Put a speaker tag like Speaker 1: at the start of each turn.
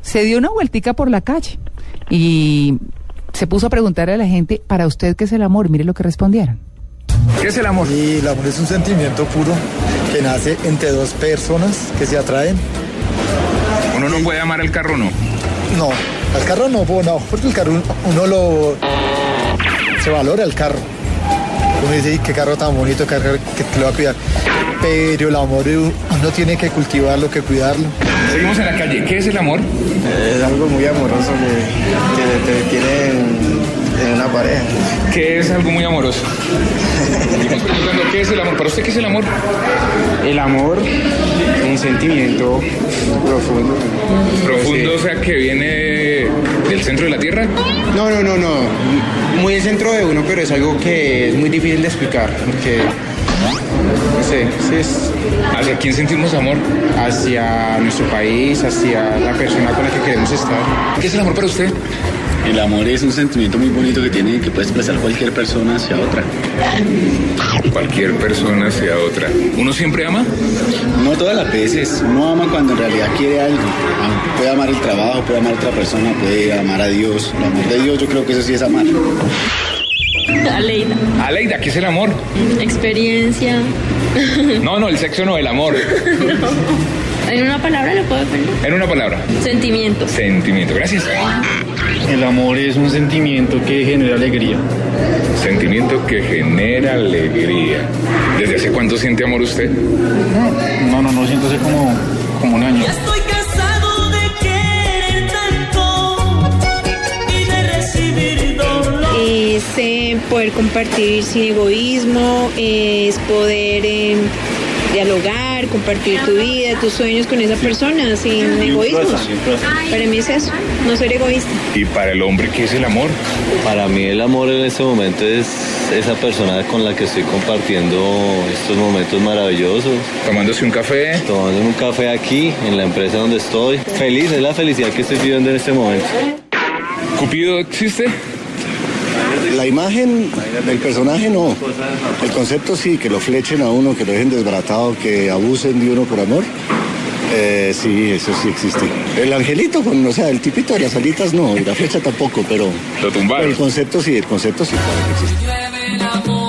Speaker 1: se dio una vueltica por la calle y se puso a preguntarle a la gente, ¿para usted qué es el amor? Mire lo que respondieron.
Speaker 2: ¿Qué es el amor?
Speaker 3: Y el amor es un sentimiento puro que nace entre dos personas que se atraen.
Speaker 2: Uno no puede amar al carro, no.
Speaker 3: No, al carro no, po, no, porque el carro uno lo se valora el carro. Uno dice, "Ay, qué carro tan bonito, qué carro que, que lo va a cuidar. Pero el amor eh, uno tiene que cultivarlo, que cuidarlo.
Speaker 2: Seguimos en la calle. ¿Qué es el amor?
Speaker 4: Es algo muy amoroso que, que te tiene en, en una pareja.
Speaker 2: ¿Qué es algo muy amoroso? Seguimos preguntando, ¿Qué es el amor? ¿Para usted qué es el amor?
Speaker 4: El amor, un sentimiento profundo.
Speaker 2: Profundo, o sea, que viene del centro de la tierra.
Speaker 4: No, no, no, no. Muy el centro de uno, pero es algo que es muy difícil de explicar. Porque, no sé, sí es
Speaker 2: ¿Hacia quién sentimos amor?
Speaker 4: hacia nuestro país, hacia la persona con la que queremos estar.
Speaker 2: ¿Qué es el amor para usted?
Speaker 5: El amor es un sentimiento muy bonito que tiene que puede expresar cualquier persona hacia otra.
Speaker 2: Cualquier persona hacia otra. ¿Uno siempre ama?
Speaker 5: No todas las veces. Uno ama cuando en realidad quiere algo. Puede amar el trabajo, puede amar a otra persona, puede amar a Dios. El amor de Dios yo creo que eso sí es amar.
Speaker 6: Aleida.
Speaker 2: Aleida, ¿qué es el amor?
Speaker 6: Experiencia.
Speaker 2: No, no, el sexo no, el amor.
Speaker 6: En una palabra lo puedo definir.
Speaker 2: En una palabra.
Speaker 6: Sentimientos.
Speaker 2: Sentimiento, gracias.
Speaker 4: El amor es un sentimiento que genera alegría.
Speaker 2: Sentimiento que genera alegría. ¿Desde hace cuánto siente amor usted?
Speaker 4: No, no, no, siento como, como un año.
Speaker 7: Estoy cansado de querer tanto y de recibir dolor.
Speaker 8: es eh, poder compartir sin egoísmo, eh, es poder eh, dialogar, compartir tu vida, tus sueños con esa persona sin egoísmo. Para mí es eso, no ser egoísta.
Speaker 2: ¿Y para el hombre qué es el amor?
Speaker 9: Para mí el amor en este momento es esa persona con la que estoy compartiendo estos momentos maravillosos,
Speaker 2: Tomándose un café,
Speaker 9: tomando un café aquí, en la empresa donde estoy. Feliz, es la felicidad que estoy viviendo en este momento.
Speaker 2: ¿Cupido existe?
Speaker 5: La imagen del personaje no. El concepto sí, que lo flechen a uno, que lo dejen desbaratado, que abusen de uno por amor. Eh, sí, eso sí existe. El angelito, con, o sea, el tipito de las alitas no, y la flecha tampoco, pero
Speaker 2: Lo tumbaron.
Speaker 5: el concepto sí, el concepto sí, claro que existe.
Speaker 7: Llueve el amor.